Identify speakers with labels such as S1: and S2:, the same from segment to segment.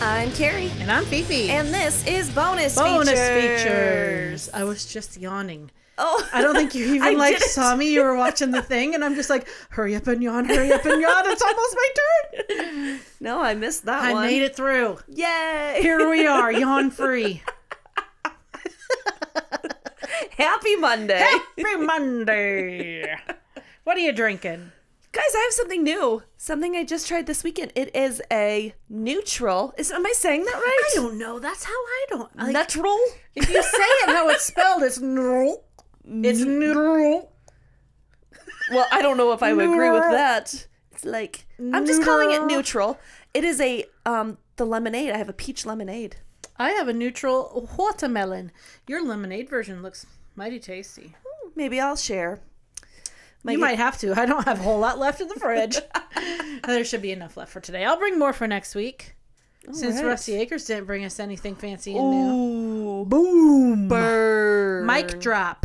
S1: I'm Carrie,
S2: And I'm Fifi.
S1: and this is bonus
S2: bonus
S1: features.
S2: features. I was just yawning.
S1: Oh,
S2: I don't think you
S1: I
S2: even like
S1: didn't.
S2: saw me. You were watching the thing, and I'm just like, hurry up and yawn, hurry up and yawn. It's almost my turn.
S1: No, I missed that
S2: I
S1: one.
S2: made it through.
S1: Yay!
S2: Here we are, yawn free.
S1: Happy Monday,
S2: Every Monday. What are you drinking?
S1: guys! I have something new. Something I just tried this weekend. It is a neutral. Is am I saying that right?
S2: don't know. That's how I don't. Like,
S1: Neutral.
S2: if you say it how it's spelled, it's noodle. It's noodle.
S1: Well, I don't know if I would agree with
S2: Neutral.
S1: that. It's like I'm just calling it
S2: Neutral.
S1: neutral. It is a um the lemonade. I have a peach lemonade.
S2: I have a neutral watermelon. Your lemonade version looks mighty tasty.
S1: Maybe I'll share.
S2: You might have to. I don't have a whole lot left in the fridge. there should be enough left for today. I'll bring more for next week. since
S1: right.
S2: Rusty Akers didn't bring us anything fancy and new.
S1: Ooh.
S2: Boom.
S1: Burn.
S2: Mic drop.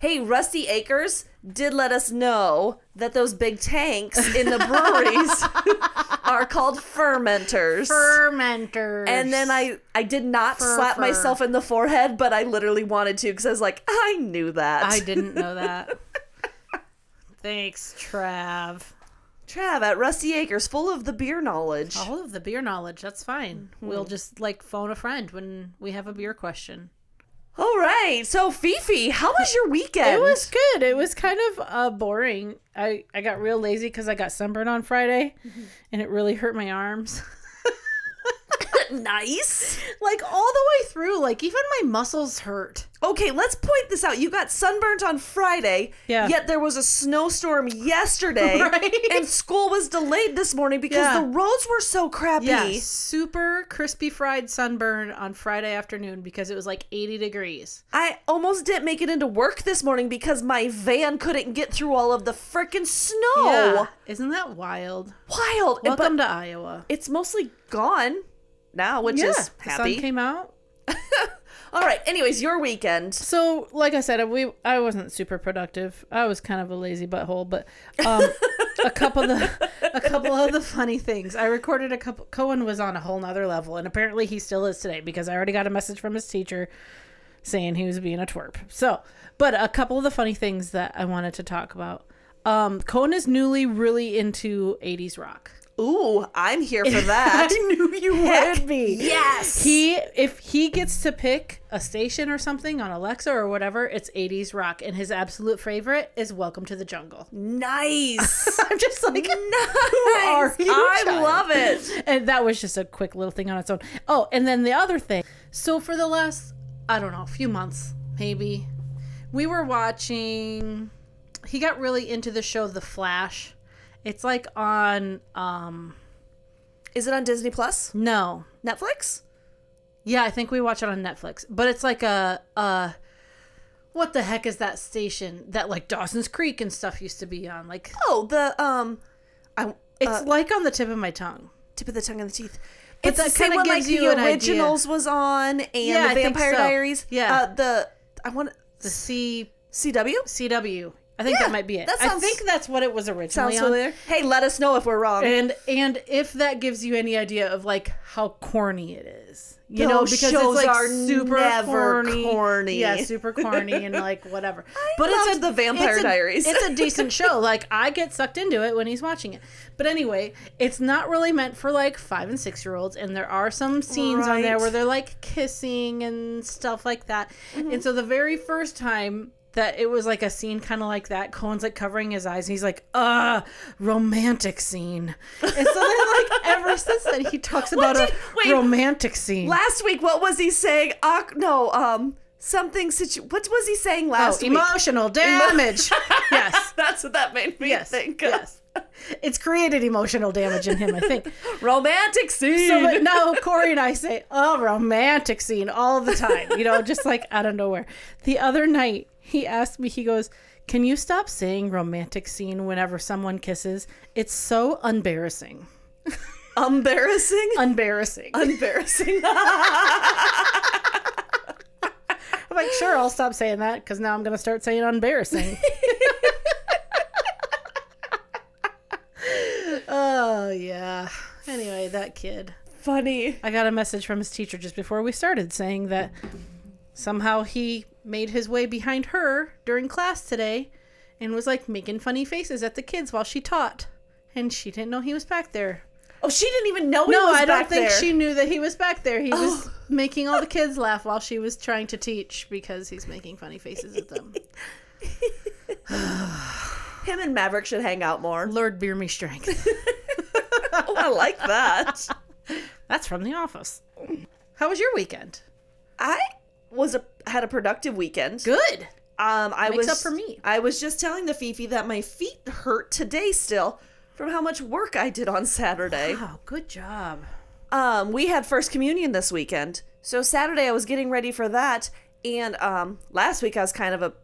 S1: Hey, Rusty Akers did let us know that those big tanks in the breweries are called fermenters.
S2: Fermenters.
S1: and then I, I did not
S2: Fur,
S1: slap
S2: fur.
S1: myself in the forehead, but I literally wanted to because I was like, I knew that.
S2: I didn't know that. Thanks, Trav.
S1: Trav at Rusty Akers, full of the beer knowledge.
S2: All of the beer knowledge. That's fine. We'll just like phone a friend when we have a beer question.
S1: All right. So, Fifi, how was your weekend?
S2: It was good. It was kind of uh, boring. I, I got real lazy because I got sunburned on Friday and it really hurt my arms.
S1: nice.
S2: like all the way through, like even my muscles hurt.
S1: Okay, let's point this out. You got sunburnt on Friday,
S2: Yeah.
S1: yet there was a snowstorm yesterday,
S2: Right?
S1: and school was delayed this morning because
S2: Yeah.
S1: the roads were so crappy.
S2: Yeah, super crispy fried sunburn on Friday afternoon because it was like 80 degrees.
S1: I almost didn't make it into work this morning because my van couldn't get through all of the frickin' snow.
S2: Yeah. Isn't that wild?
S1: Wild. Oh. But
S2: Welcome to Iowa.
S1: it's mostly gone now, which is
S2: the sun
S1: happy.
S2: came out.
S1: all right, anyways, your weekend.
S2: So, like I said, we I wasn't super productive. I was kind of a lazy butthole, but um, a couple of the a couple of the funny things I recorded a couple. Cohen was on a whole nother level, and apparently he still is today because I already got a message from his teacher saying he was being a twerp. So, but a couple of the funny things that I wanted to talk about. Um, Cohen is newly really into '80s rock.
S1: Ooh, I'm here for that.
S2: knew you
S1: Heck
S2: would be.
S1: yes.
S2: He if he gets to pick a station or something on Alexa or whatever, it's 80s rock and his absolute favorite is Welcome to the Jungle.
S1: nice.
S2: I'm just like
S1: nice.
S2: you,
S1: I
S2: child?
S1: love it.
S2: and that was just a quick little thing on its own. Oh, and then the other thing. So for the last I don't know, few months maybe, we were watching he got really into the show The Flash. It's like on um
S1: Is it on Disney Plus?
S2: no,
S1: Netflix?
S2: Yeah, I think we watch it on Netflix. But it's like a uh what the heck is that station that like Dawson's Creek and stuff used to be on? Like
S1: Oh, the um I
S2: it's like on the tip of my tongue.
S1: tip of the tongue and the teeth.
S2: But
S1: it's the
S2: that
S1: same
S2: kinda
S1: one like
S2: gives you
S1: the
S2: an idea.
S1: originals was on and
S2: Yeah,
S1: the
S2: I think
S1: Vampire
S2: so.
S1: Diaries.
S2: Yeah.
S1: Uh, the I want
S2: The C
S1: CW
S2: CW. I think
S1: Yeah,
S2: that might be it.
S1: that
S2: I
S1: sounds-
S2: think that's what it was originally
S1: sounds
S2: on.
S1: familiar. Hey, let us know if we're wrong.
S2: And and if that gives you any idea of like how corny it is, you know,
S1: Those
S2: because
S1: shows
S2: it's like
S1: are
S2: super
S1: never
S2: corny,
S1: corny.
S2: yeah, super corny and like whatever. but
S1: loved The Vampire
S2: it's a-
S1: Diaries.
S2: it's a decent show. Like I get sucked into it when he's watching it. But anyway, it's not really meant for like five and six year olds, and there are some scenes on there
S1: Right.
S2: where they're like kissing and stuff like that.
S1: Mm-hmm.
S2: And so the very first time that it was like a scene kind of like that, Cohen's like covering his eyes and he's like, uh, romantic scene. And so then like ever since then he talks about
S1: did-
S2: a
S1: wait.
S2: romantic scene.
S1: last week what was he saying? Uh, no, um something situ- what was he saying
S2: oh,
S1: last week?
S2: emotional damage. yes.
S1: That's what that made me
S2: Yes.
S1: think of.
S2: Yes. It's created emotional damage in him, I think.
S1: Romantic scene.
S2: So, but now Corey and I say, "Oh, romantic scene" all the time. You know, just like out of nowhere. The other night, he asked me. He goes, "Can you stop saying romantic scene whenever someone kisses? It's so embarrassing.
S1: embarrassing.
S2: Embarrassing."
S1: embarrassing.
S2: I'm like, "Sure, I'll stop saying that because now I'm gonna start saying embarrassing." oh yeah. Anyway, that kid.
S1: funny.
S2: I got a message from his teacher just before we started saying that somehow he made his way behind her during class today and was like making funny faces at the kids while she taught. And she didn't know he was back there.
S1: Oh, she didn't even know he
S2: No,
S1: was
S2: I don't
S1: back
S2: think
S1: there.
S2: she knew that he was back there. He was making all the kids laugh while she was trying to teach because he's making funny faces at them.
S1: Him and Maverick should hang out more.
S2: Lord, beer me strength.
S1: Oh, I like that.
S2: That's from The Office. How was your weekend?
S1: I was a had a productive weekend.
S2: Good.
S1: Um, I
S2: Makes
S1: was
S2: up for me.
S1: I was just telling the Fifi that my feet hurt today still from how much work I did on Saturday.
S2: Oh, good job.
S1: Um, we had first communion this weekend, so Saturday I was getting ready for that, and um, last week I was kind of a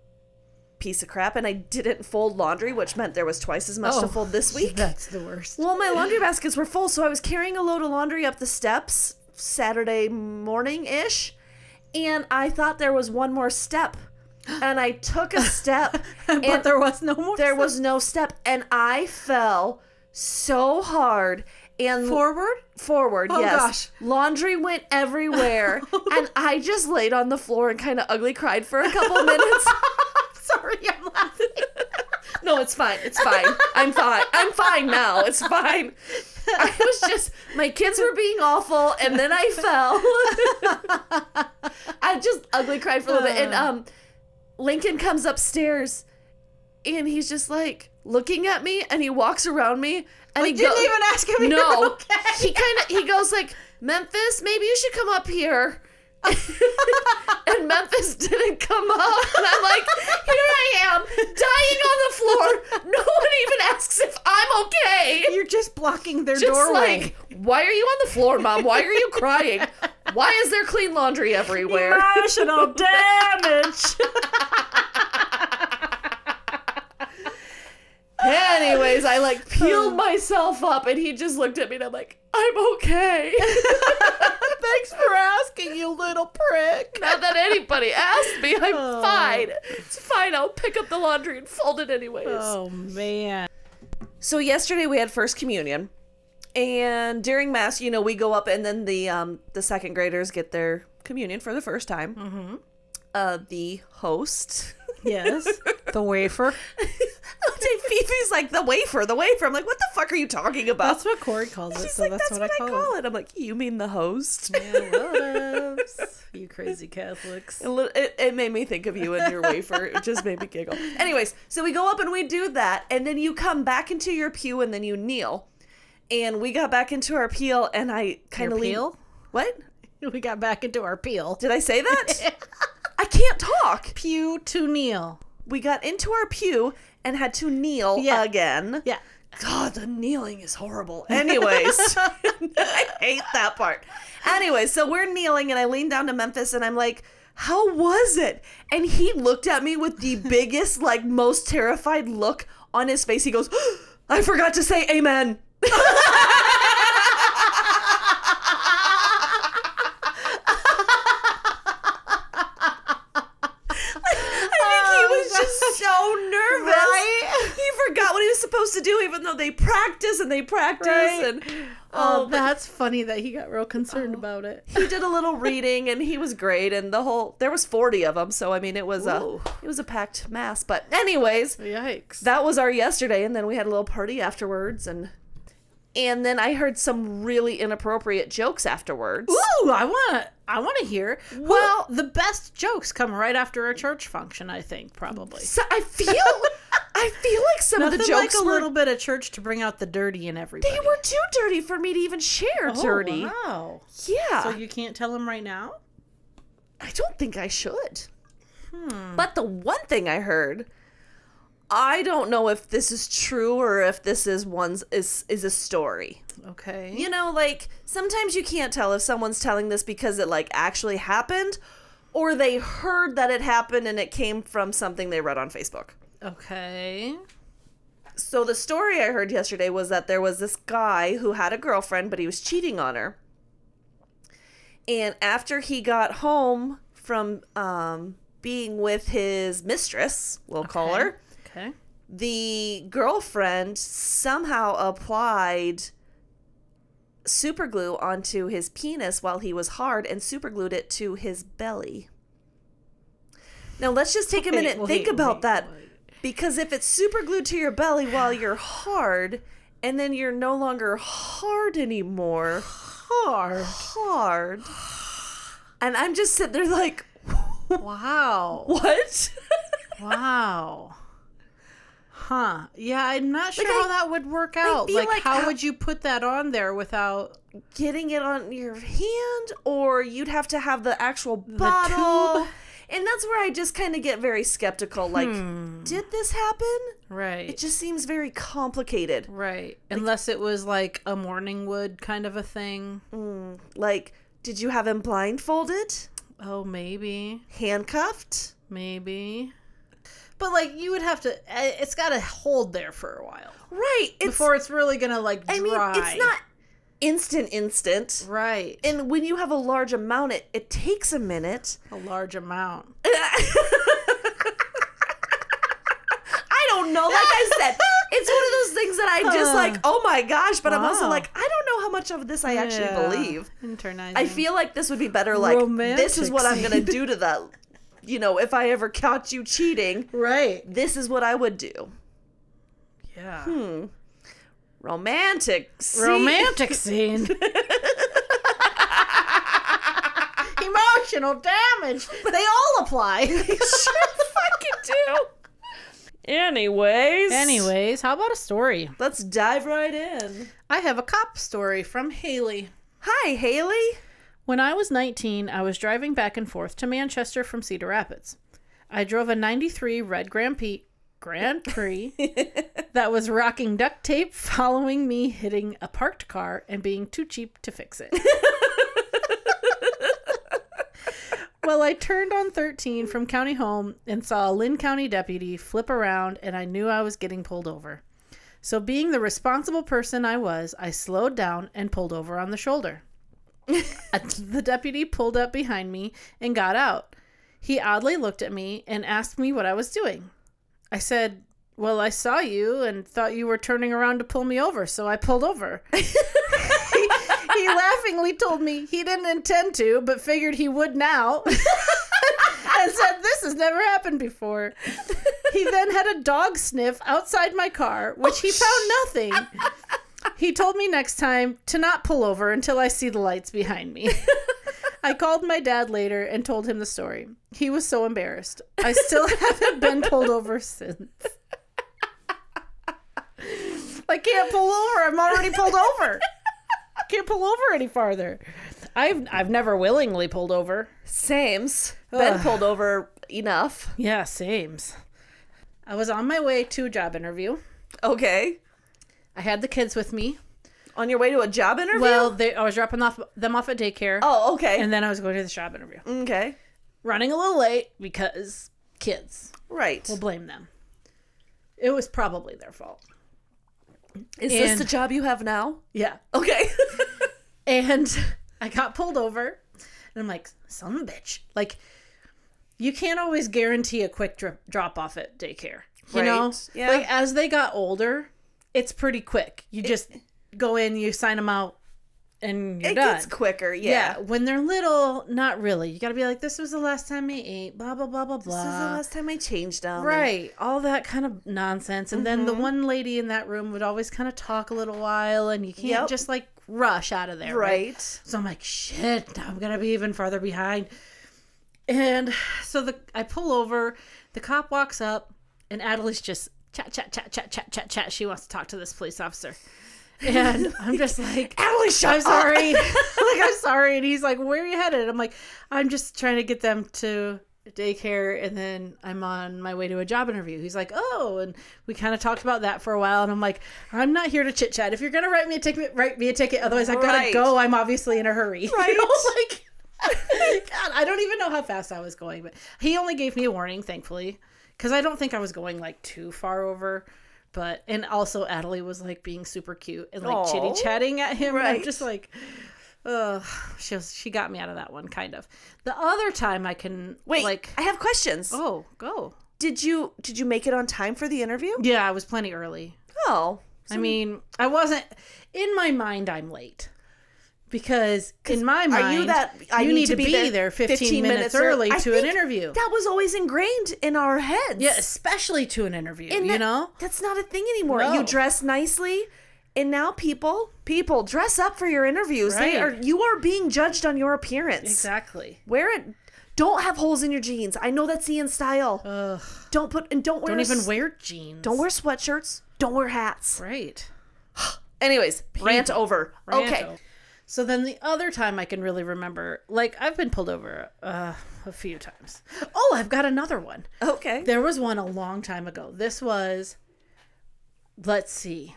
S1: piece of crap, and I didn't fold laundry, which meant there was twice as much to fold this week.
S2: That's the worst.
S1: Well, my laundry baskets were full, so I was carrying a load of laundry up the steps Saturday morning ish, and I thought there was one more step. And I took a step,
S2: but
S1: and
S2: there was no more.
S1: there was no step, and I fell so hard. And
S2: forward.
S1: forward.
S2: Oh,
S1: yes.
S2: gosh.
S1: Laundry went everywhere, and I just laid on the floor and kind of ugly cried for a couple minutes.
S2: Sorry, I'm laughing.
S1: no, it's fine. It's fine. I'm fine. I'm fine now. It's fine. I was just my kids were being awful, and then I fell. I just ugly cried for a little bit, and um, Lincoln comes upstairs, and he's just like looking at me, and he walks around me, and he
S2: You didn't
S1: go-
S2: even ask if you
S1: no.
S2: were okay.
S1: He kind of he goes like, "Memphis, maybe you should come up here." and Memphis didn't come up. And I'm like, "Here I am, dying on the floor. No one even asks if I'm okay."
S2: You're just blocking their
S1: Just
S2: doorway.
S1: like, "Why are you on the floor, mom? Why are you crying? Why is there clean laundry everywhere?"
S2: Emotional damage.
S1: Anyways, I like peeled myself up and he just looked at me and I'm like, "I'm okay."
S2: Thanks for asking, you little prick.
S1: Not that anybody asked me. I'm fine. It's fine. I'll pick up the laundry and fold it anyways.
S2: Oh man.
S1: So yesterday we had first communion, and during mass, you know, we go up and then the um the second graders get their communion for the first time. Mm-hmm. Uh, the host.
S2: Yes. The wafer.
S1: Fifi's like the wafer, the wafer. I'm like, what the fuck are you talking about?
S2: That's what Corey calls it.
S1: She's
S2: so
S1: like,
S2: that's, what, I call
S1: it. I'm like, you mean the host?
S2: it. Yeah, loves. You crazy Catholics.
S1: It, li- it, it made me think of you and your wafer. It just made me giggle. Anyways, so we go up and we do that, and then you come back into your pew and then you kneel. And we got back into our peel, and I kind of
S2: Your
S1: lean.
S2: peel?
S1: What
S2: We got back into our peel.
S1: did I say that? I can't talk.
S2: Pew to kneel.
S1: We got into our pew and had to kneel
S2: Yeah.
S1: again.
S2: Yeah.
S1: God, the kneeling is horrible. Anyways, I hate that part. Anyway, so we're kneeling, and I lean down to Memphis, and I'm like, "How was it?" And he looked at me with the biggest, like, most terrified look on his face. He goes, "I forgot to say amen." I think he was just so nervous.
S2: Oh, Right?
S1: He forgot what he was supposed to do, even though they practice and they practice.
S2: Right.
S1: And
S2: Oh,
S1: um,
S2: that's funny that he got real concerned about it.
S1: he did a little reading, and he was great. And the whole there was forty of them, so I mean, it was
S2: Ooh.
S1: a it was a packed mass. But anyways,
S2: Yikes.
S1: that was our yesterday, and then we had a little party afterwards, and and then I heard some really inappropriate jokes afterwards.
S2: Ooh, I want to. I want to hear. Well, the best jokes come right after a church function. I think probably.
S1: So I feel I feel like some
S2: Nothing
S1: of the jokes
S2: like a
S1: were
S2: little bit of church to bring out the dirty in everybody.
S1: they were too dirty for me to even share. dirty,
S2: Oh, Wow.
S1: yeah.
S2: So you can't tell him right now.
S1: I don't think I should. But the one thing I heard, I don't know if this is true or if this is one's is is a story.
S2: Okay.
S1: You know, like sometimes you can't tell if someone's telling this because it like actually happened or they heard that it happened and it came from something they read on Facebook.
S2: Okay.
S1: So the story I heard yesterday was that there was this guy who had a girlfriend, but he was cheating on her. And after he got home from um, being with his mistress, we'll call her,
S2: Okay.
S1: the girlfriend somehow applied super glue onto his penis while he was hard and super glued it to his belly. Now let's just take a minute and
S2: wait,
S1: think about
S2: wait,
S1: that.
S2: wait.
S1: Because if it's super glued to your belly while you're hard and then you're no longer hard anymore,
S2: Hard.
S1: hard. And I'm just sitting there like,
S2: Wow.
S1: what?
S2: Wow. Huh. Yeah, I'm not sure
S1: Like,
S2: how
S1: I-
S2: that would work out.
S1: feel
S2: Like,
S1: like
S2: how
S1: how-
S2: would you put that on there without
S1: Getting it on your hand, or you'd have to have the actual bottle.
S2: tube?
S1: And that's where I just kind of get very skeptical. Like, did this happen?
S2: right?
S1: It just seems very complicated.
S2: right. Unless it was like a morning wood kind of a thing.
S1: Like, did you have him blindfolded,
S2: Oh, maybe.
S1: handcuffed?
S2: Maybe. But like you would have to uh, it's got to hold there for a while
S1: Right. It's,
S2: before it's really going to like dry.
S1: I mean, it's not instant, instant.
S2: right.
S1: And when you have a large amount, it, it takes a minute.
S2: a large amount.
S1: I don't know. Like I said, it's one of those things that I'm just like, oh my gosh. But I'm also
S2: Wow.
S1: like, I don't know how much of this I actually
S2: Yeah.
S1: believe.
S2: Internizing.
S1: I feel like this would be better. Like this is
S2: Romantic
S1: what I'm gonna
S2: scene.
S1: do to that. You know, if I ever caught you cheating,
S2: right. Hmm.
S1: this is what I would do.
S2: Yeah.
S1: Romantic. scene.
S2: Romantic scene. Emotional damage. They all apply.
S1: sure fucking do. Anyways.
S2: Anyways, how about a story?
S1: Let's dive right in.
S2: I have a cop story from Haley.
S1: Hi, Haley.
S2: When I was 19, I was driving back and forth to Manchester from Cedar Rapids. I drove a 93 red Grand Prix, Grand Prix that was rocking duct tape following me hitting a parked car and being too cheap to fix it. well, I turned on 13 from county home and saw a Lynn County deputy flip around and I knew I was getting pulled over. So being the responsible person I was, I slowed down and pulled over on the shoulder. The deputy pulled up behind me and got out. He oddly looked at me and asked me what I was doing. I said, Well, I saw you and thought you were turning around to pull me over, so I pulled over. he, he laughingly told me he didn't intend to, but figured he would now. and said, This has never happened before. He then had a dog sniff outside my car, which he found nothing. He told me next time to not pull over until I see the lights behind me. I called my dad later and told him the story. He was so embarrassed. I still haven't been pulled over since. I can't pull over. I'm already pulled over. I can't pull over any farther. I've I've never willingly pulled over.
S1: Sames. Been
S2: Ugh.
S1: pulled over enough.
S2: Yeah, sames. I was on my way to a job interview.
S1: Okay.
S2: I had the kids with me.
S1: On your way to a job interview?
S2: Well, they, I was dropping off them off at daycare.
S1: oh, okay.
S2: and then I was going to the job interview.
S1: okay.
S2: Running a little late because kids.
S1: Right.
S2: We'll blame them. It was probably their fault.
S1: Is
S2: and-
S1: this the job you have now?
S2: Yeah.
S1: Okay.
S2: And I got pulled over and I'm like, son of a bitch. Like, you can't always guarantee a quick dri- drop off at daycare. You know?
S1: Right. Yeah.
S2: Like, as they got older, it's pretty quick. You just go in, you sign them out, and you're
S1: it
S2: done.
S1: gets quicker.
S2: yeah.
S1: Yeah.
S2: When they're little, not really. You got to be like, this was the last time I ate, blah, blah, blah, blah,
S1: This
S2: blah.
S1: is the last time I changed them.
S2: Right. All that kind of nonsense. And then the
S1: Mm-hmm.
S2: one lady in that room would always kind of talk a little while, and you can't
S1: Yep.
S2: just like rush out of there.
S1: Right.
S2: So I'm like, shit, now I'm going to be even farther behind. And so the I pull over, the cop walks up, and Adelie's just chat, chat, chat, chat, chat, chat, chat. She wants to talk to this police officer. And I'm just like,
S1: Allie, shut
S2: I'm sorry. like, I'm sorry. And he's like, Where are you headed? I'm like, I'm just trying to get them to daycare and then I'm on my way to a job interview. He's like, Oh, and we kind of talked about that for a while. And I'm like, I'm not here to chit chat. If you're going to write me a ticket, write me a ticket. Otherwise, I got to
S1: Right.
S2: go. I'm obviously in a hurry. You
S1: Right.
S2: know, like, God, I don't even know how fast I was going, but he only gave me a warning, thankfully, because I don't think I was going like too far over. But and also Adelie was like being super cute and like
S1: Aw.
S2: chitty chatting at him. And I'm
S1: Right.
S2: just like, ugh, she was, she got me out of that one kind of. The other time I can
S1: Wait.
S2: like
S1: I have questions.
S2: oh go
S1: Did you did you make it on time for the interview?
S2: yeah I was plenty early.
S1: Oh.
S2: I mean I wasn't in my mind I'm late. because in my mind,
S1: Are you that I
S2: you
S1: need, to, be, there,
S2: 15, minutes,
S1: ear-
S2: early
S1: I
S2: to an
S1: think
S2: interview.
S1: That was always ingrained in our heads.
S2: yeah, especially to an interview.
S1: And
S2: you
S1: that-
S2: know,
S1: that's not a thing anymore.
S2: No.
S1: You dress nicely, and now people people dress up for your interviews. They
S2: Right.
S1: are you are being judged on your appearance.
S2: exactly.
S1: Wear it. Don't have holes in your jeans. I know that's the in style.
S2: Ugh,
S1: don't put and don't wear
S2: don't even
S1: s-
S2: wear jeans.
S1: don't wear sweatshirts. Don't wear hats.
S2: Right.
S1: Anyways, rant over. okay.
S2: Rando. So then the other time I can really remember, like I've been pulled over uh, a few times. Oh, I've got another one.
S1: Okay.
S2: There was one a long time ago. This was, let's see.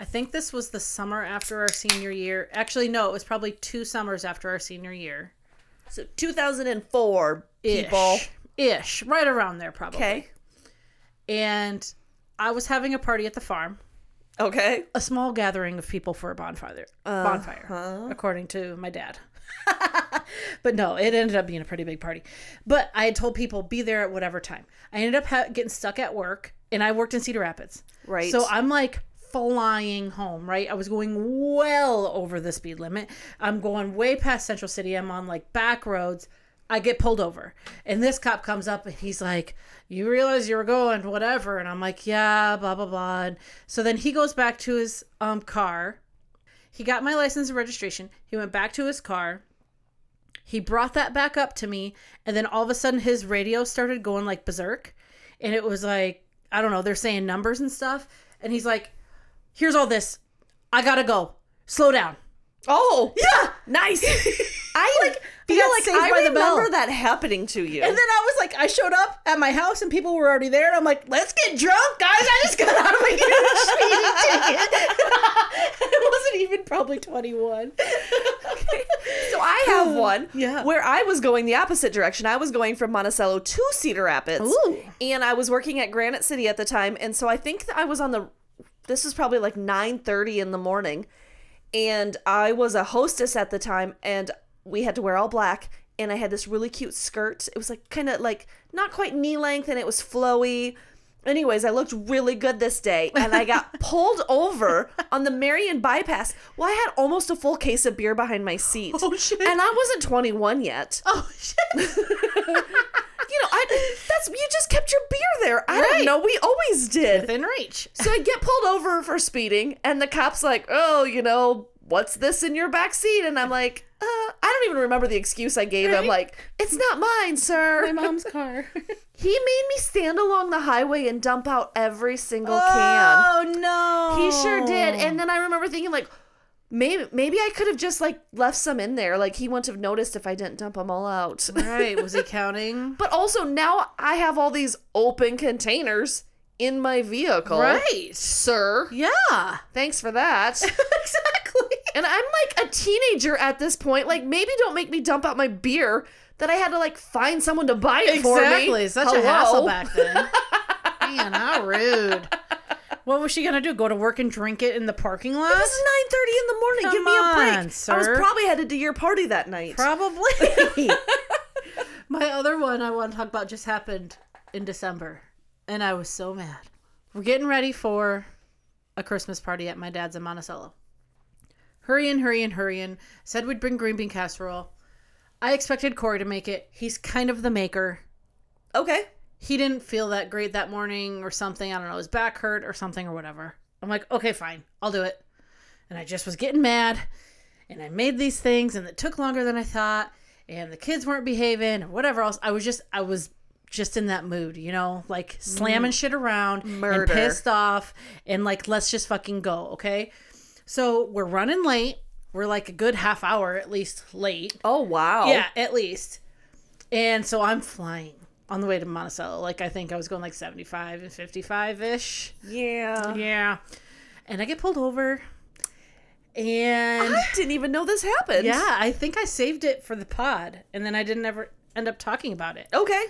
S2: I think this was the summer after our senior year. Actually, no, it was probably two summers after our senior year.
S1: So 2004 people.
S2: Ish. Right around there, probably.
S1: Okay.
S2: And I was having a party at the farm,
S1: Okay.
S2: a small gathering of people for a bonfire,
S1: Uh-huh.
S2: bonfire according to my dad. but no, it ended up being a pretty big party. But I had told people be there at whatever time. I ended up ha- getting stuck at work, and I worked in Cedar Rapids.
S1: Right.
S2: So I'm like flying home, right? I was going well over the speed limit. I'm going way past Central City. I'm on like back roads. I get pulled over. And this cop comes up and he's like, You realize you were going, whatever. And I'm like, Yeah, blah, blah, blah. And so then he goes back to his um car. He got my license and registration. He went back to his car. He brought that back up to me. And then all of a sudden his radio started going like berserk. And it was like, I don't know, they're saying numbers and stuff. And he's like, Here's all this. I gotta go. Slow down.
S1: Oh.
S2: Yeah.
S1: Nice. I like
S2: he
S1: feel
S2: got
S1: like
S2: saved
S1: I
S2: by the bell.
S1: remember that happening to you.
S2: And then I was like, I showed up at my house and people were already there. And I'm like, let's get drunk, guys. I just got out of a huge speeding ticket. I wasn't even probably 21.
S1: so I have one
S2: Yeah.
S1: where I was going the opposite direction. I was going from Monticello to Cedar Rapids.
S2: Ooh.
S1: And I was working at Granite City at the time. And so I think that I was on the this was probably like 9:30 in the morning. And I was a hostess at the time and we had to wear all black and I had this really cute skirt. It was like kind of like not quite knee length and it was flowy. Anyways, I looked really good this day and I got pulled over on the Marion bypass. Well, I had almost a full case of beer behind my seat.
S2: Oh, shit.
S1: And I wasn't 21 yet.
S2: Oh, shit.
S1: You know, I that's you just kept your beer there. I
S2: Right.
S1: don't know. We always did.
S2: Within reach.
S1: So I get pulled over for speeding, and the cop's like, "Oh, you know, what's this in your back seat?" And I'm like, uh, "I don't even remember the excuse I gave him.
S2: Right.
S1: Like, it's not mine, sir."
S2: mom's car.
S1: He made me stand along the highway and dump out every single can.
S2: Oh, no.
S1: He sure did. And then I remember thinking like maybe maybe I could have just like left some in there. Like he wouldn't have noticed if I didn't dump them all out.
S2: right. Was he counting?
S1: but also now I have all these open containers in my vehicle.
S2: Right.
S1: Sir,
S2: Yeah.
S1: thanks for that.
S2: exactly.
S1: and I'm like a teenager at this point. Like maybe don't make me dump out my beer that I had to like find someone to buy it for me.
S2: Exactly. Such a
S1: Hello?
S2: hassle back then. Man, how rude. What was she gonna do? Go to work and drink it in the parking lot?
S1: It was 9:30 in the morning.
S2: Come
S1: Give me a break.
S2: on,
S1: I was
S2: sir.
S1: probably headed to your party that night.
S2: Probably. My other one I want to talk about just happened in December, and I was so mad. We're getting ready for a Christmas party at my dad's in Monticello. Hurrying, hurrying, hurrying. Said we'd bring green bean casserole. I expected Corey to make it. He's kind of the maker.
S1: okay.
S2: he didn't feel that great that morning or something. I don't know, his back hurt or something or whatever. I'm like, okay, fine, I'll do it. And I just was getting mad. And I made these things and it took longer than I thought. And the kids weren't behaving or whatever else. I was just, I was just in that mood, you know, like slamming shit around
S1: Murder.
S2: and pissed off and like, let's just fucking go, okay? So we're running late. We're like a good half hour at least late.
S1: Oh wow.
S2: Yeah, at least. And so I'm flying on the way to Monticello. Like I think I was going like 75 and 55 ish.
S1: Yeah.
S2: Yeah. And I get pulled over. And
S1: I didn't even know this happened.
S2: yeah, I think I saved it for the pod. And then I didn't ever end up talking about it.
S1: Okay.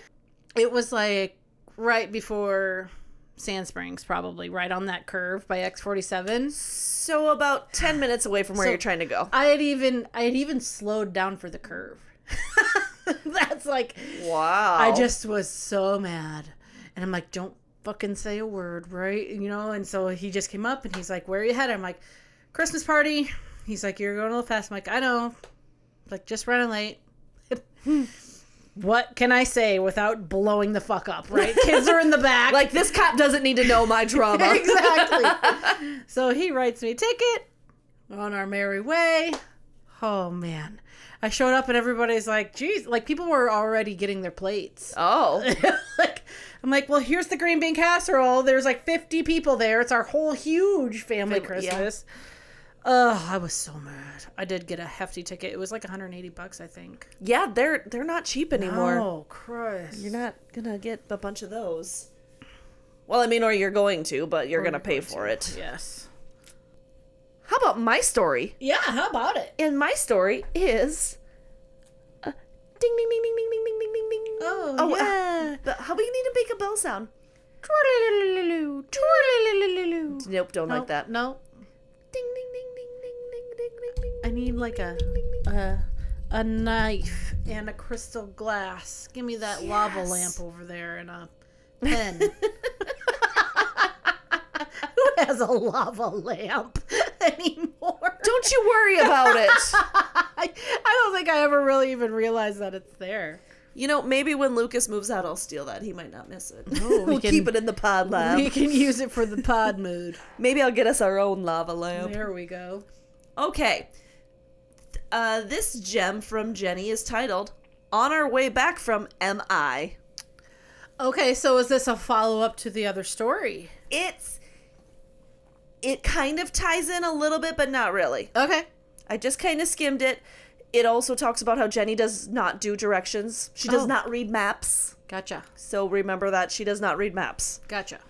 S2: It was like right before Sand Springs, probably, right on that curve by X47.
S1: So about 10 minutes away from where
S2: So-
S1: you're trying to go.
S2: I had even I had even slowed down for the curve. That's like
S1: Wow.
S2: I just was so mad. And I'm like, don't fucking say a word, right? You know, and so he just came up and he's like, Where are you headed? I'm like, Christmas party. He's like, "You're going a little fast." I'm like, "I know." Like, just running late. what can I say without blowing the fuck up? Right? Kids are in the back.
S1: Like this cop doesn't need to know my drama.
S2: exactly. so he writes me a ticket. We're on our merry way. Oh man. I showed up and everybody's like, geez, like people were already getting their plates.
S1: Oh.
S2: like I'm like, well, here's the green bean casserole. There's like 50 people there. It's our whole huge family
S1: Fam- yeah.
S2: Christmas. Oh, I was so mad. I did get a hefty ticket. It was like 180 bucks, I think.
S1: Yeah, they're they're not cheap anymore.
S2: Oh, Christ.
S1: You're not gonna get a bunch of those. Well, I mean, or you're going to, but you're gonna pay for it.
S2: Yes.
S1: How about my story?
S2: Yeah, how about it?
S1: And my story is uh, ding ding ding ding ding ding ding ding ding ding.
S2: Oh,
S1: uh,
S2: yeah.
S1: the- how about you need to make a bell sound? Nope, don't like that.
S2: No,
S1: Ding ding ding ding ding ding ding ding.
S2: I need like a a, a knife and a crystal glass. Give me that lava
S1: Yes.
S2: lamp over there and a pen. Who has a lava lamp anymore?
S1: Don't you worry about it.
S2: I, I don't think I ever really even realized that it's there.
S1: You know, maybe when Lucas moves out, I'll steal that. He might not miss it.
S2: Oh, we
S1: we'll
S2: can-
S1: keep it in the pod lab.
S2: we can use it for the pod mood.
S1: Maybe I'll get us our own lava lamp.
S2: There we go.
S1: Okay. Uh, this gem from Jenny is titled On Our Way Back from MI.
S2: Okay, so is this a follow up to the other story?
S1: It's. It kind of ties in a little bit, but not really.
S2: Okay.
S1: I just kind of skimmed it. It also talks about how Jenny does not do directions, she does
S2: Oh.
S1: not read maps.
S2: Gotcha.
S1: So remember that she does not read maps.
S2: Gotcha.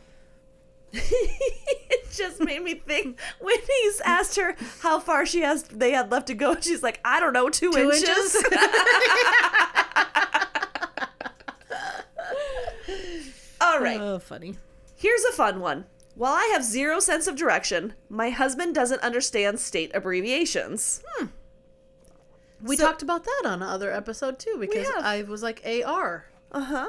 S1: it just made me think when he's asked her how far she has they had left to go and she's like i don't know two,
S2: Two
S1: inches,
S2: inches?
S1: all right
S2: Oh, funny.
S1: here's a fun one while i have zero sense of direction my husband doesn't understand state abbreviations
S2: We
S1: So-
S2: talked about that on another episode too because
S1: have.
S2: I was like AR
S1: uh-huh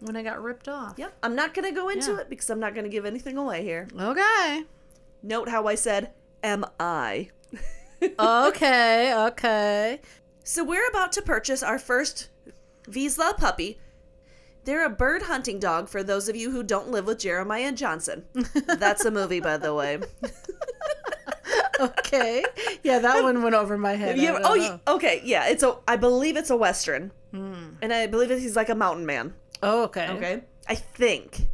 S2: when I got ripped off.
S1: yep i'm not gonna go into
S2: Yeah.
S1: it because i'm not gonna give anything away here
S2: Okay.
S1: note how i said am i
S2: okay. Okay.
S1: So we're about to purchase our first Vizsla puppy. They're a bird hunting dog for those of you who don't live with Jeremiah Johnson. That's a movie, by the way.
S2: Okay. yeah, that one went over my head.
S1: You-
S2: I
S1: oh,
S2: don't
S1: y-
S2: know. Hmm.
S1: okay, yeah. It's a. I believe it's a western, and I believe it's, he's like a mountain man.
S2: oh, okay.
S1: Okay, I think.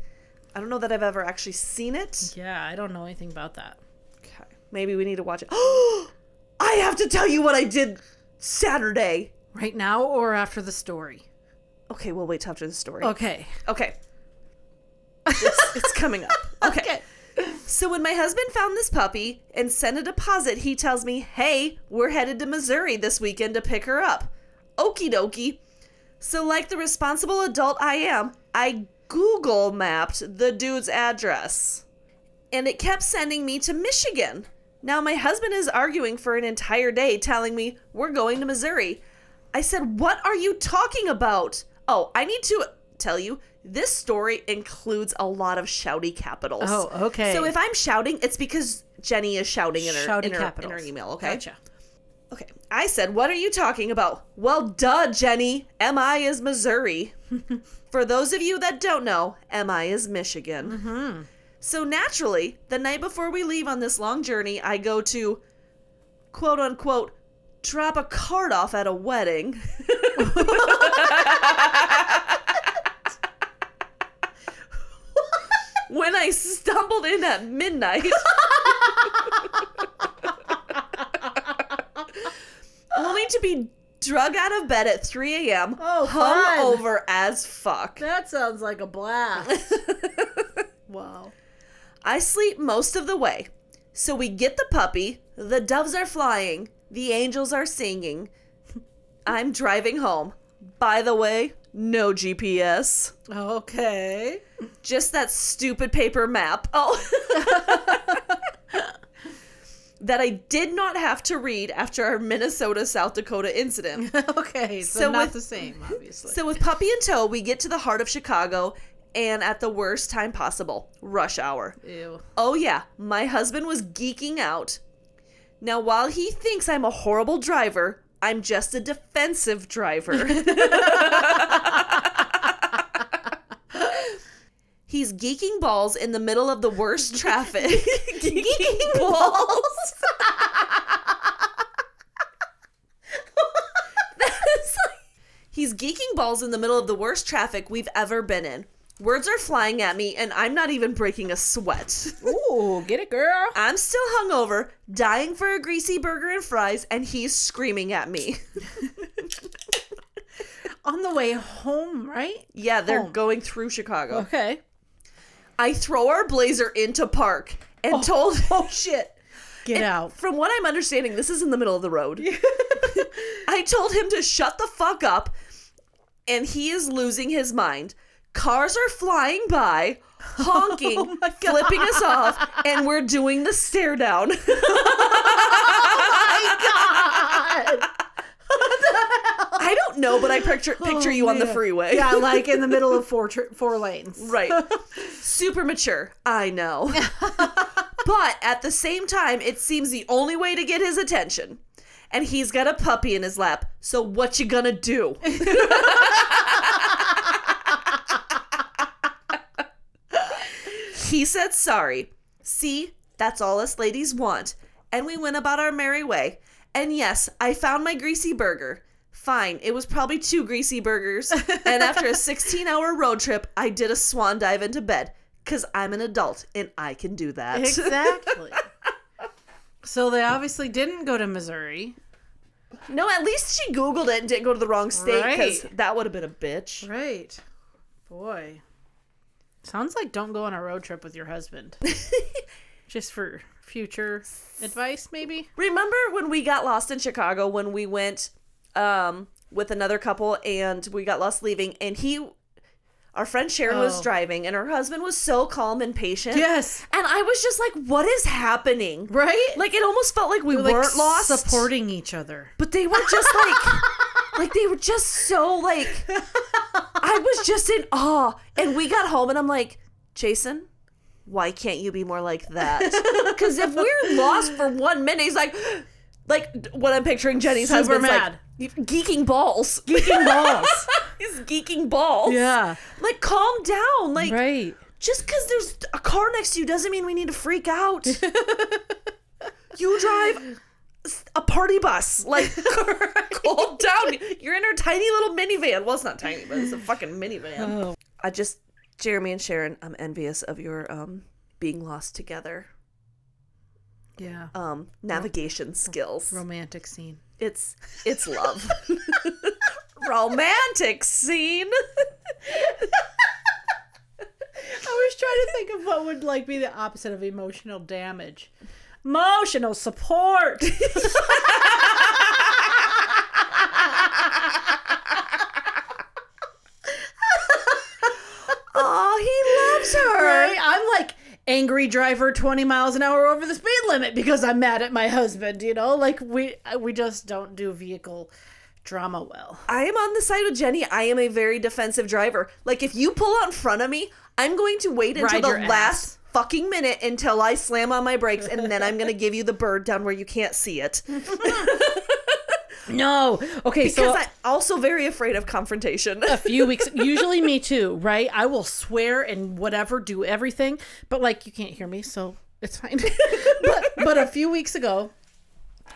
S1: I don't know that I've ever actually seen it.
S2: Yeah, I don't know anything about that.
S1: Okay, maybe we need to watch it. I have to tell you what I did Saturday.
S2: Right now or after the story?
S1: Okay, we'll wait till after the story.
S2: Okay.
S1: Okay. It's, it's coming up. Okay. So when my husband found this puppy and sent a deposit, he tells me, "Hey, we're headed to Missouri this weekend to pick her up." Okie dokie. So like the responsible adult I am, I Google mapped the dude's address, and it kept sending me to Michigan. Now my husband is arguing for an entire day, telling me we're going to Missouri. I said, What are you talking about? Oh, I need to tell you, this story includes a lot of shouty capitals.
S2: Oh, okay.
S1: So if I'm shouting, it's because Jenny is shouting in her,
S2: Shouty
S1: in her, in
S2: capitals.
S1: her email, okay?
S2: Gotcha.
S1: Okay. I said, What are you talking about? Well, duh, Jenny. MI is Missouri. For those of you that don't know, MI is Michigan. So naturally, the night before we leave on this long journey, I go to quote unquote drop a card off at a wedding. when I stumbled in at midnight. only to be drug out of bed at 3 a.m.
S2: Oh, fun.
S1: hungover as fuck.
S2: That sounds like a blast. wow.
S1: I sleep most of the way. So we get the puppy, the doves are flying, the angels are singing. I'm driving home. By the way, no GPS,
S2: Okay.
S1: just that stupid paper map. Oh. that I did not have to read after our Minnesota South Dakota incident.
S2: okay. So,
S1: So
S2: not
S1: with-
S2: the same, obviously.
S1: So with puppy in tow, we get to the heart of Chicago and at the worst time possible, rush hour.
S2: Ew.
S1: Oh yeah, my husband was geeking out. Now, while he thinks I'm a horrible driver, I'm just a defensive driver. He's geeking balls in the middle of the worst traffic. geeking balls. That's like- He's geeking balls in the middle of the worst traffic we've ever been in. Words are flying at me, and I'm not even breaking a sweat.
S2: Ooh, get it, girl.
S1: I'm still hungover, dying for a greasy burger and fries, and he's screaming at me.
S2: On the way home, right?
S1: Yeah, they're
S2: Home.
S1: going through Chicago.
S2: Okay.
S1: I throw our blazer into park and told oh shit.
S2: Get
S1: And
S2: out.
S1: From what I'm understanding, this is in the middle of the road. I told him to shut the fuck up, and he is losing his mind. Cars are flying by, honking,
S2: Oh
S1: flipping us off, and we're doing the stare down. I don't know, but I picture picture you on the
S2: Oh, man.
S1: freeway.
S2: Yeah, like in the middle of four tr- four lanes.
S1: Right. Super mature. I know. but at the same time, it seems the only way to get his attention. And he's got a puppy in his lap. So what you gonna do? he said sorry. See, that's all us ladies want. And we went about our merry way. And yes, I found my greasy burger. Fine, it was probably two greasy burgers. and after a 16 hour road trip, I did a swan dive into bed. Because I'm an adult and I can do that.
S2: Exactly. so they obviously didn't go to Missouri.
S1: No, at least she Googled it and didn't go to the wrong state because
S2: Right.
S1: that would have been a bitch.
S2: Right. Boy. Sounds like don't go on a road trip with your husband. Just for future advice, maybe?
S1: Remember when we got lost in Chicago when we went um, with another couple and we got lost leaving and he, our friend Sharon was
S2: Oh.
S1: driving and her husband was so calm and patient.
S2: Yes.
S1: And I was just like, what is happening?
S2: Right?
S1: Like it almost felt like we
S2: like
S1: weren't lost.
S2: supporting each other.
S1: But they were just like, like they were just so like, I was just in awe. And we got home and I'm like, Jason, why can't you be more like that? Because if we're lost for one minute, he's like, like what I'm picturing Jenny's
S2: Super
S1: husband's
S2: mad.
S1: like, geeking balls.
S2: Geeking balls.
S1: he's geeking balls.
S2: Yeah.
S1: Like calm down. Like
S2: Right.
S1: just because there's a car next to you doesn't mean we need to freak out. you drive s- a party bus, like calm down. You're in her tiny little minivan. Well, it's not tiny, but it's a fucking minivan.
S2: Oh.
S1: Uh, I just, Jeremy and Sharon, I'm envious of your um being lost together.
S2: Yeah.
S1: Um, navigation skills.
S2: Romantic scene.
S1: It's it's love. Romantic scene.
S2: I was trying to think of what would like be the opposite of emotional damage. Emotional support.
S1: Oh, he loves her.
S2: Right? I'm like angry driver 20 miles an hour over the speed limit because I'm mad at my husband, you know? Like we we just don't do vehicle drama well.
S1: I am on the side with Jenny. I am a very defensive driver. Like if you pull out in front of me, I'm going to wait until
S2: Ride
S1: the
S2: your ass.
S1: last fucking minute until I slam on my brakes and then I'm going to give you the bird down where you can't see it.
S2: No. Okay,
S1: Because
S2: so
S1: I'm also very afraid of confrontation.
S2: a few weeks usually me too, right? I will swear and whatever, do everything, but like you can't hear me, so it's fine. but but a few weeks ago,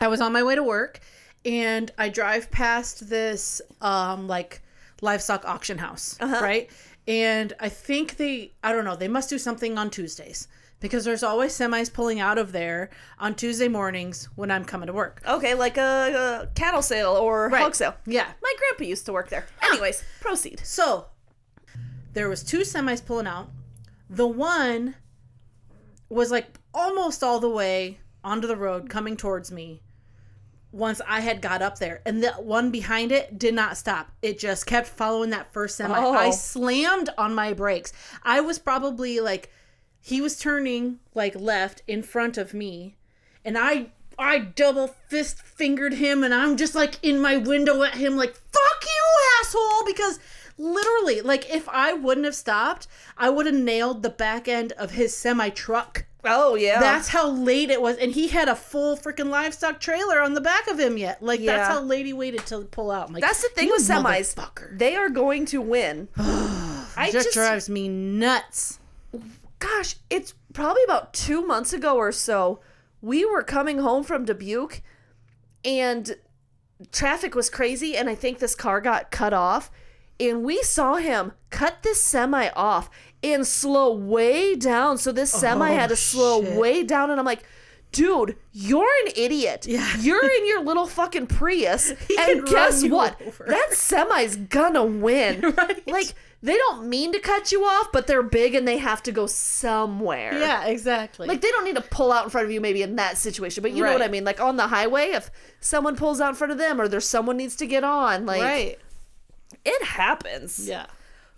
S2: I was on my way to work and I drive past this um like livestock auction house, right? And I think they I don't know, they must do something on Tuesdays because there's always semis pulling out of there on Tuesday mornings when I'm coming to work.
S1: okay, like a, a cattle sale or hog sale.
S2: Yeah. Ah.
S1: My grandpa used to work there. Anyways, proceed.
S2: So there was two semis pulling out. The one was like almost all the way onto the road coming towards me once I had got up there. And the one behind it did not stop. It just kept following that first semi.
S1: Oh.
S2: I slammed on my brakes. I was probably like he was turning like left in front of me and I I double fist fingered him and I'm just like in my window at him like fuck you asshole because literally like if I wouldn't have stopped I would have nailed the back end of his semi truck
S1: Oh yeah.
S2: That's how late it was, and he had a full freaking livestock trailer on the back of him yet. Like
S1: Yeah.
S2: that's how late he waited to pull out. I'm like,
S1: That's the thing
S2: "You
S1: with semis.
S2: motherfucker."
S1: They are going to win. I
S2: That
S1: just,
S2: drives me nuts.
S1: gosh, it's probably about two months ago or so. We were coming home from Dubuque and traffic was crazy. And I think this car got cut off. And we saw him cut this semi off and slow way down. So this semi
S2: Oh,
S1: had to slow
S2: shit.
S1: way down. And I'm like, dude, you're an idiot.
S2: Yeah.
S1: You're in your little fucking Prius.
S2: can
S1: and guess
S2: run you
S1: what?
S2: over.
S1: That semi's gonna win.
S2: Right.
S1: Like, they don't mean to cut you off, but they're big and they have to go somewhere.
S2: Yeah, exactly.
S1: Like they don't need to pull out in front of you maybe in that situation, but you know what
S2: Right.
S1: I mean? Like on the highway if someone pulls out in front of them or there's someone needs to get on, like
S2: right.
S1: it happens.
S2: Yeah.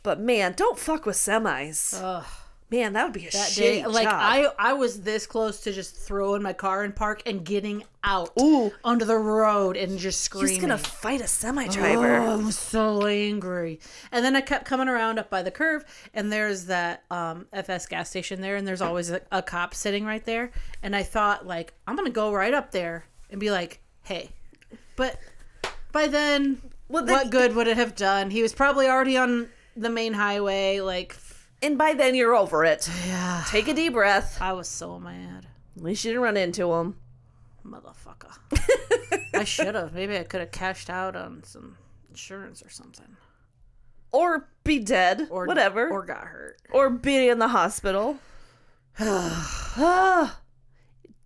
S1: But man, don't fuck with semis.
S2: Ugh.
S1: man, that would be a
S2: That
S1: shitty
S2: day, like
S1: job.
S2: I, I was this close to just throwing my car in park and getting out
S1: Ooh.
S2: onto the road and just screaming.
S1: He's gonna fight a semi
S2: Oh, I
S1: driver.
S2: was so angry. And then I kept coming around up by the curve, and there's that um, FS gas station there, and there's always a, a cop sitting right there. And I thought, like, I'm gonna go right up there and be like, "Hey," but by then,
S1: Well, then-
S2: what good would it have done? He was probably already on the main highway. Like,
S1: And by then you're over it.
S2: yeah,
S1: Take a deep breath.
S2: I was so mad,
S1: At least you didn't run into him.
S2: motherfucker. I should have. Maybe I could have cashed out on some insurance or something,
S1: Or be dead.
S2: or
S1: Or whatever.
S2: or got hurt.
S1: or be in the hospital. Ah.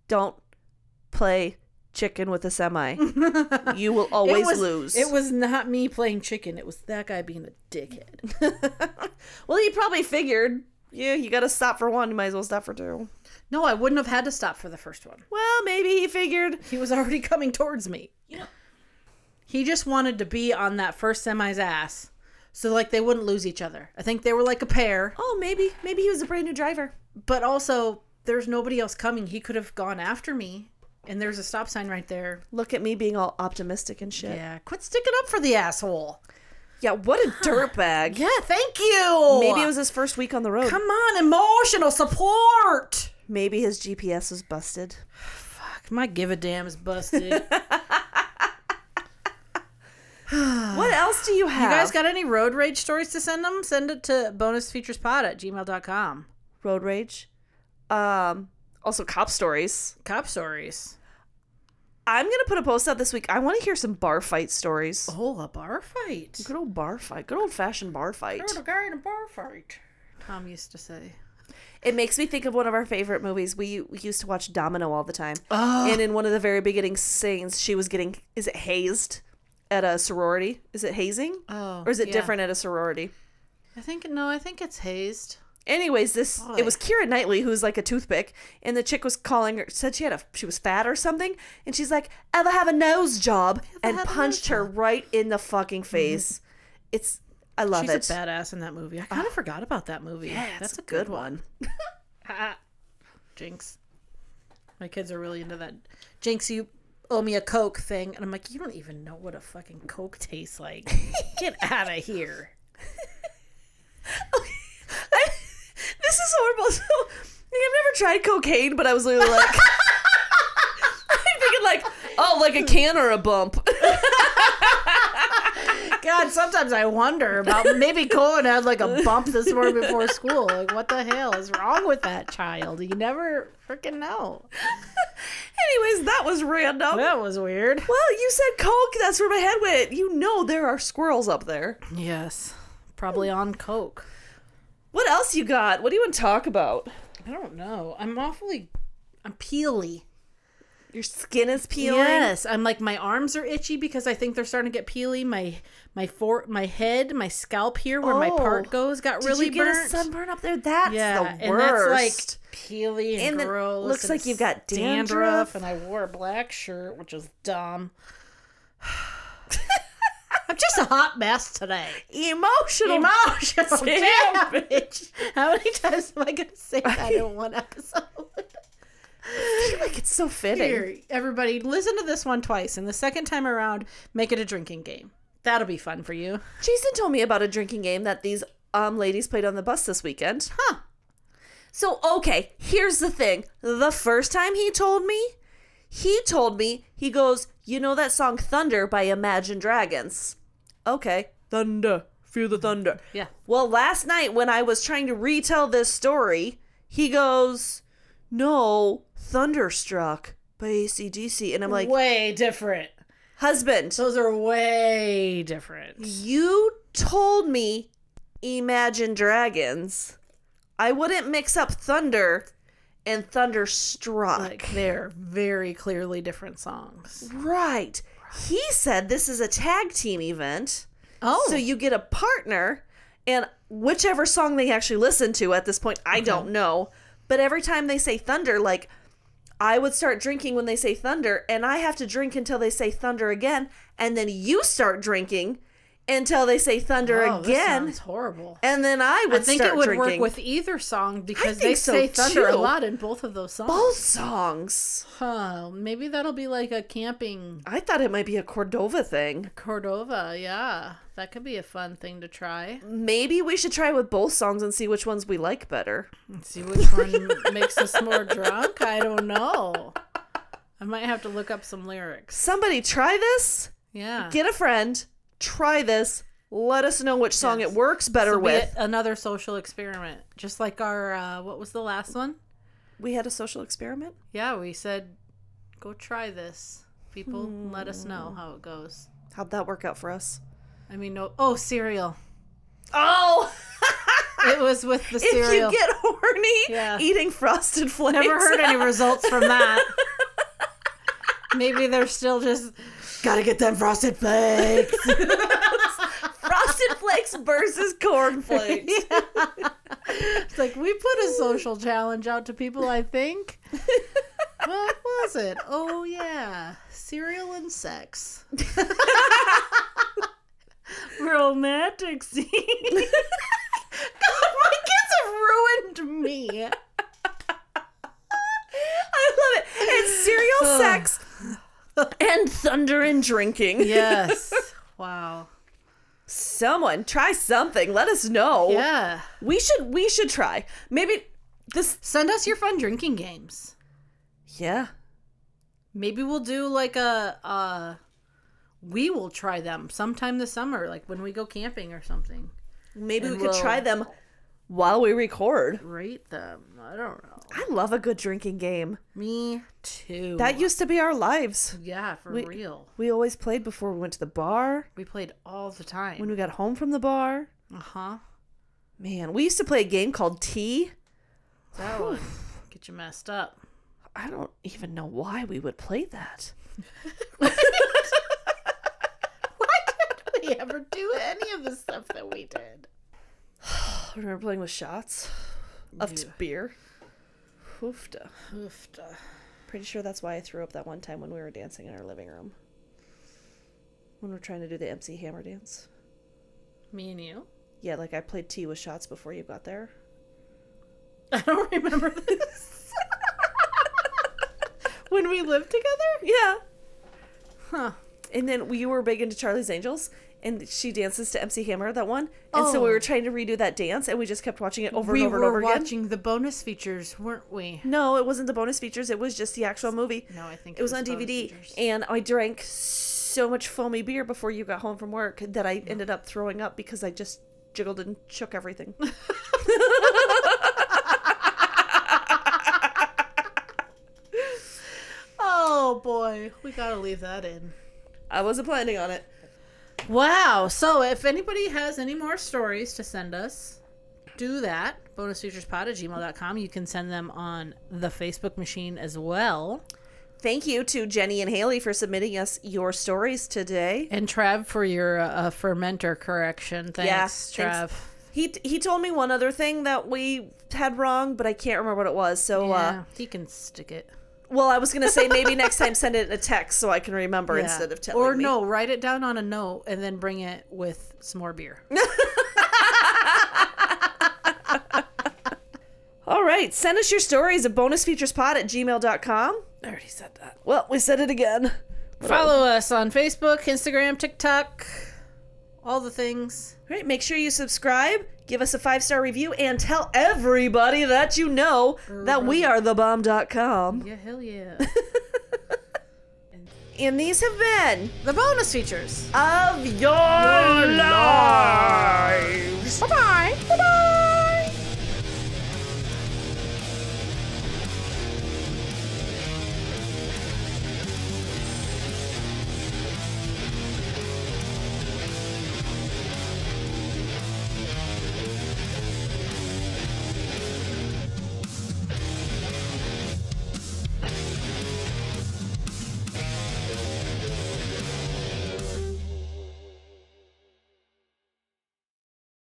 S1: Don't play chicken with a semi. you will always
S2: it was,
S1: lose.
S2: It was not me playing chicken. It was that guy being a dickhead.
S1: well, he probably figured, yeah, you got to stop for one. You might as well stop for two.
S2: no, I wouldn't have had to stop for the first one.
S1: Well, maybe he figured.
S2: He was already coming towards me. He just wanted to be on that first semi's ass, so like they wouldn't lose each other. I think they were like a pair,
S1: Oh, maybe, maybe he was a brand new driver.
S2: but also there's nobody else coming. He could have gone after me, and there's a stop sign right there.
S1: Look at me being all optimistic and shit. Yeah,
S2: Yeah, quit sticking up for the asshole.
S1: what a dirtbag.
S2: Yeah, thank you.
S1: Maybe it was his first week on the road.
S2: Come on, emotional support.
S1: Maybe his GPS was busted.
S2: Fuck, my give a damn is busted.
S1: What else do you have?
S2: You guys got any road rage stories to send them? Send it to bonusfeaturespod at gmail.com.
S1: road rage. Um, also cop stories.
S2: Cop stories.
S1: I'm gonna put a post out this week. I want to hear some bar fight stories.
S2: Oh, a bar fight.
S1: Good old bar fight. Good old fashioned bar fight.
S2: Heard a guy in a bar fight. Tom used to say.
S1: It makes me think of one of our favorite movies. We, we used to watch Domino all the time.
S2: Oh.
S1: And in one of the very beginning scenes, she was getting is it hazed at a sorority? Is it hazing?
S2: Oh,
S1: or is it
S2: yeah.
S1: different at a sorority?
S2: I think, no, I think it's hazed.
S1: Anyways, this
S2: Boy.
S1: it was Kira Knightley who's like a toothpick, and the chick was calling her said she had a she was fat or something, and she's like, "Ever have a nose Mm-hmm. job?" and
S2: have a
S1: punched her right in the fucking face. It's I love
S2: She's
S1: it.
S2: a badass in that movie. I kind of forgot about that movie.
S1: Yeah, that's, a good, one.
S2: Ah. Jinx. My kids are really into that. Jinx, you owe me a Coke thing. And I'm like, you don't even know what a fucking Coke tastes like. Get out of here.
S1: this is horrible. So, like, I've never tried cocaine, but I was literally like, I'm thinking like, oh, like a can or a bump.
S2: God, sometimes I wonder about maybe Cohen had like a bump this morning before school. Like, what the hell is wrong with that child? You never freaking know.
S1: Anyways, that was random.
S2: That was weird.
S1: Well, you said coke. That's where my head went. You know there are squirrels up there.
S2: Yes, probably on coke.
S1: What else you got? What do you want to talk about?
S2: I don't know. I'm awfully, I'm peely.
S1: Your skin is peeling.
S2: Yes, I'm like my arms are itchy because I think they're starting to get peely. My my for my head, my scalp here where my
S1: Oh.
S2: part goes got
S1: Did
S2: really
S1: you get
S2: burnt.
S1: a sunburn up there? That's
S2: yeah,
S1: the
S2: and
S1: worst.
S2: that's like peely and,
S1: And then
S2: gross.
S1: looks
S2: and
S1: like you've got dandruff.
S2: and I wore a black shirt, which is dumb. I'm just a hot mess today.
S1: Emotional.
S2: Emotional,
S1: Damn,
S2: damn, bitch. How many times am I gonna say that in one episode?
S1: I feel like it's so fitting.
S2: Here, everybody, listen to this one twice, and the second time around, make it a drinking game. That'll be fun for you.
S1: Jason told me about a drinking game that these um ladies played on the bus this weekend.
S2: Huh.
S1: So, okay, here's the thing. The first time he told me, he told me, he goes, You know that song Thunder by Imagine Dragons? Okay. Thunder. Feel the thunder.
S2: Yeah.
S1: Well, last night when I was trying to retell this story, he goes, No, Thunderstruck by ACDC. And I'm like,
S2: way different.
S1: Husband,
S2: Those are way different.
S1: you told me Imagine Dragons. I wouldn't mix up Thunder and Thunderstruck.
S2: Like they're very clearly different songs.
S1: Right. He said this is a tag team event.
S2: Oh,
S1: So you get a partner, and whichever song they actually listen to at this point, I don't know. But every time they say thunder, like I would start drinking when they say thunder, and I have to drink until they say thunder again, and then you start drinking until they say thunder
S2: oh, This
S1: again,
S2: sounds horrible.
S1: and then I would
S2: I think
S1: start
S2: it would
S1: drinking.
S2: work with either song because
S1: think
S2: they
S1: so,
S2: say thunder
S1: too.
S2: a lot in both of those songs.
S1: both songs.
S2: Huh. Maybe that'll be like a camping
S1: I thought it might be a Cordova thing.
S2: Cordova. Yeah, that could be a fun thing to try.
S1: Maybe we should try with both songs and see which ones we like better.
S2: And see which one makes us more drunk. I don't know. I might have to look up some lyrics.
S1: Somebody try this.
S2: Yeah.
S1: get a friend, try this, let us know which song
S2: Yes.
S1: it works better
S2: This'll be
S1: with.
S2: a- another social experiment, just like our uh, what was the last one?
S1: We had a social experiment.
S2: Yeah, we said go try this, people. and Let us know how it goes.
S1: How'd that work out for us?
S2: I mean, no. Oh, cereal.
S1: Oh,
S2: It was with the
S1: if
S2: cereal.
S1: you get horny
S2: Yeah.
S1: eating frosted flakes,
S2: Never heard any results from that. Maybe they're still just gotta get them frosted flakes.
S1: frosted flakes versus cornflakes.
S2: It's like we put a social challenge out to people. I think. what was it? Oh yeah, cereal and sex. Romantic scene. God, my kids have ruined me.
S1: I love it. It's cereal, sex, and thunder and drinking.
S2: Yes. Wow.
S1: Someone try something. Let us
S2: Oh.
S1: know.
S2: Yeah.
S1: We should. We should try. Maybe this.
S2: Send us your fun drinking games.
S1: Yeah.
S2: Maybe we'll do like a uh we will try them sometime this summer, like when we go camping or something.
S1: Maybe
S2: And
S1: we could try
S2: we'll-
S1: them while we record.
S2: Rate them. I don't know.
S1: I love a good drinking game.
S2: Me too.
S1: That used to be our lives.
S2: yeah, for
S1: We-
S2: real.
S1: We always played before we went to the bar,
S2: We played all the time.
S1: when we got home from the bar.
S2: uh huh.
S1: Man, we used to play a game called Tea.
S2: That one get you messed up.
S1: I don't even know why we would play that.
S2: Did we ever do any of the stuff that we did?
S1: I remember playing with shots of t- beer. Hoofda.
S2: Oofta.
S1: Pretty sure that's why I threw up that one time when we were dancing in our living room. When we were trying to do the MC Hammer dance.
S2: Me and you.
S1: Yeah, like I played tea with shots before you got there.
S2: I don't remember this. when we lived together?
S1: Yeah.
S2: Huh.
S1: And then we were big into Charlie's Angels, and she dances to MC Hammer that one. And so we
S2: Oh.
S1: were trying to redo that dance, and we just kept watching it over
S2: we
S1: and over
S2: were
S1: and over again.
S2: watching the bonus features, weren't we?
S1: No, it wasn't the bonus features; it was just the actual movie.
S2: No, I think
S1: it was, on
S2: the bonus
S1: DVD,
S2: features.
S1: and I drank so much foamy beer before you got home from work that I ended up throwing up because I just jiggled and shook everything.
S2: Oh boy, we gotta leave that in.
S1: I wasn't planning on it.
S2: Wow. So if anybody has any more stories to send us, do that. Bonusfeaturespod at gmail.com. You can send them on the Facebook machine as well.
S1: Thank you to Jenny and Haley for submitting us your stories today.
S2: And Trav for your uh, fermenter correction. Thanks,
S1: Yeah,
S2: Trav.
S1: thanks. He he told me one other thing that we had wrong, but I can't remember what it was. So uh,
S2: Yeah, he can stick it.
S1: Well, I was gonna say maybe next time send it in a text so I can remember instead of telling
S2: Or
S1: me.
S2: no, write it down on a note and then bring it with some more beer.
S1: All right, send us your stories at bonusfeaturespod at gmail.com.
S2: I already said that.
S1: Well, we said it again.
S2: Follow us on Facebook, Instagram, TikTok. all the things.
S1: All right, make sure you subscribe, give us a five star review, and tell everybody that you know that we are thebomb.com.
S2: Yeah, hell yeah.
S1: And these have been
S2: the bonus features.
S1: of your lives. Bye bye.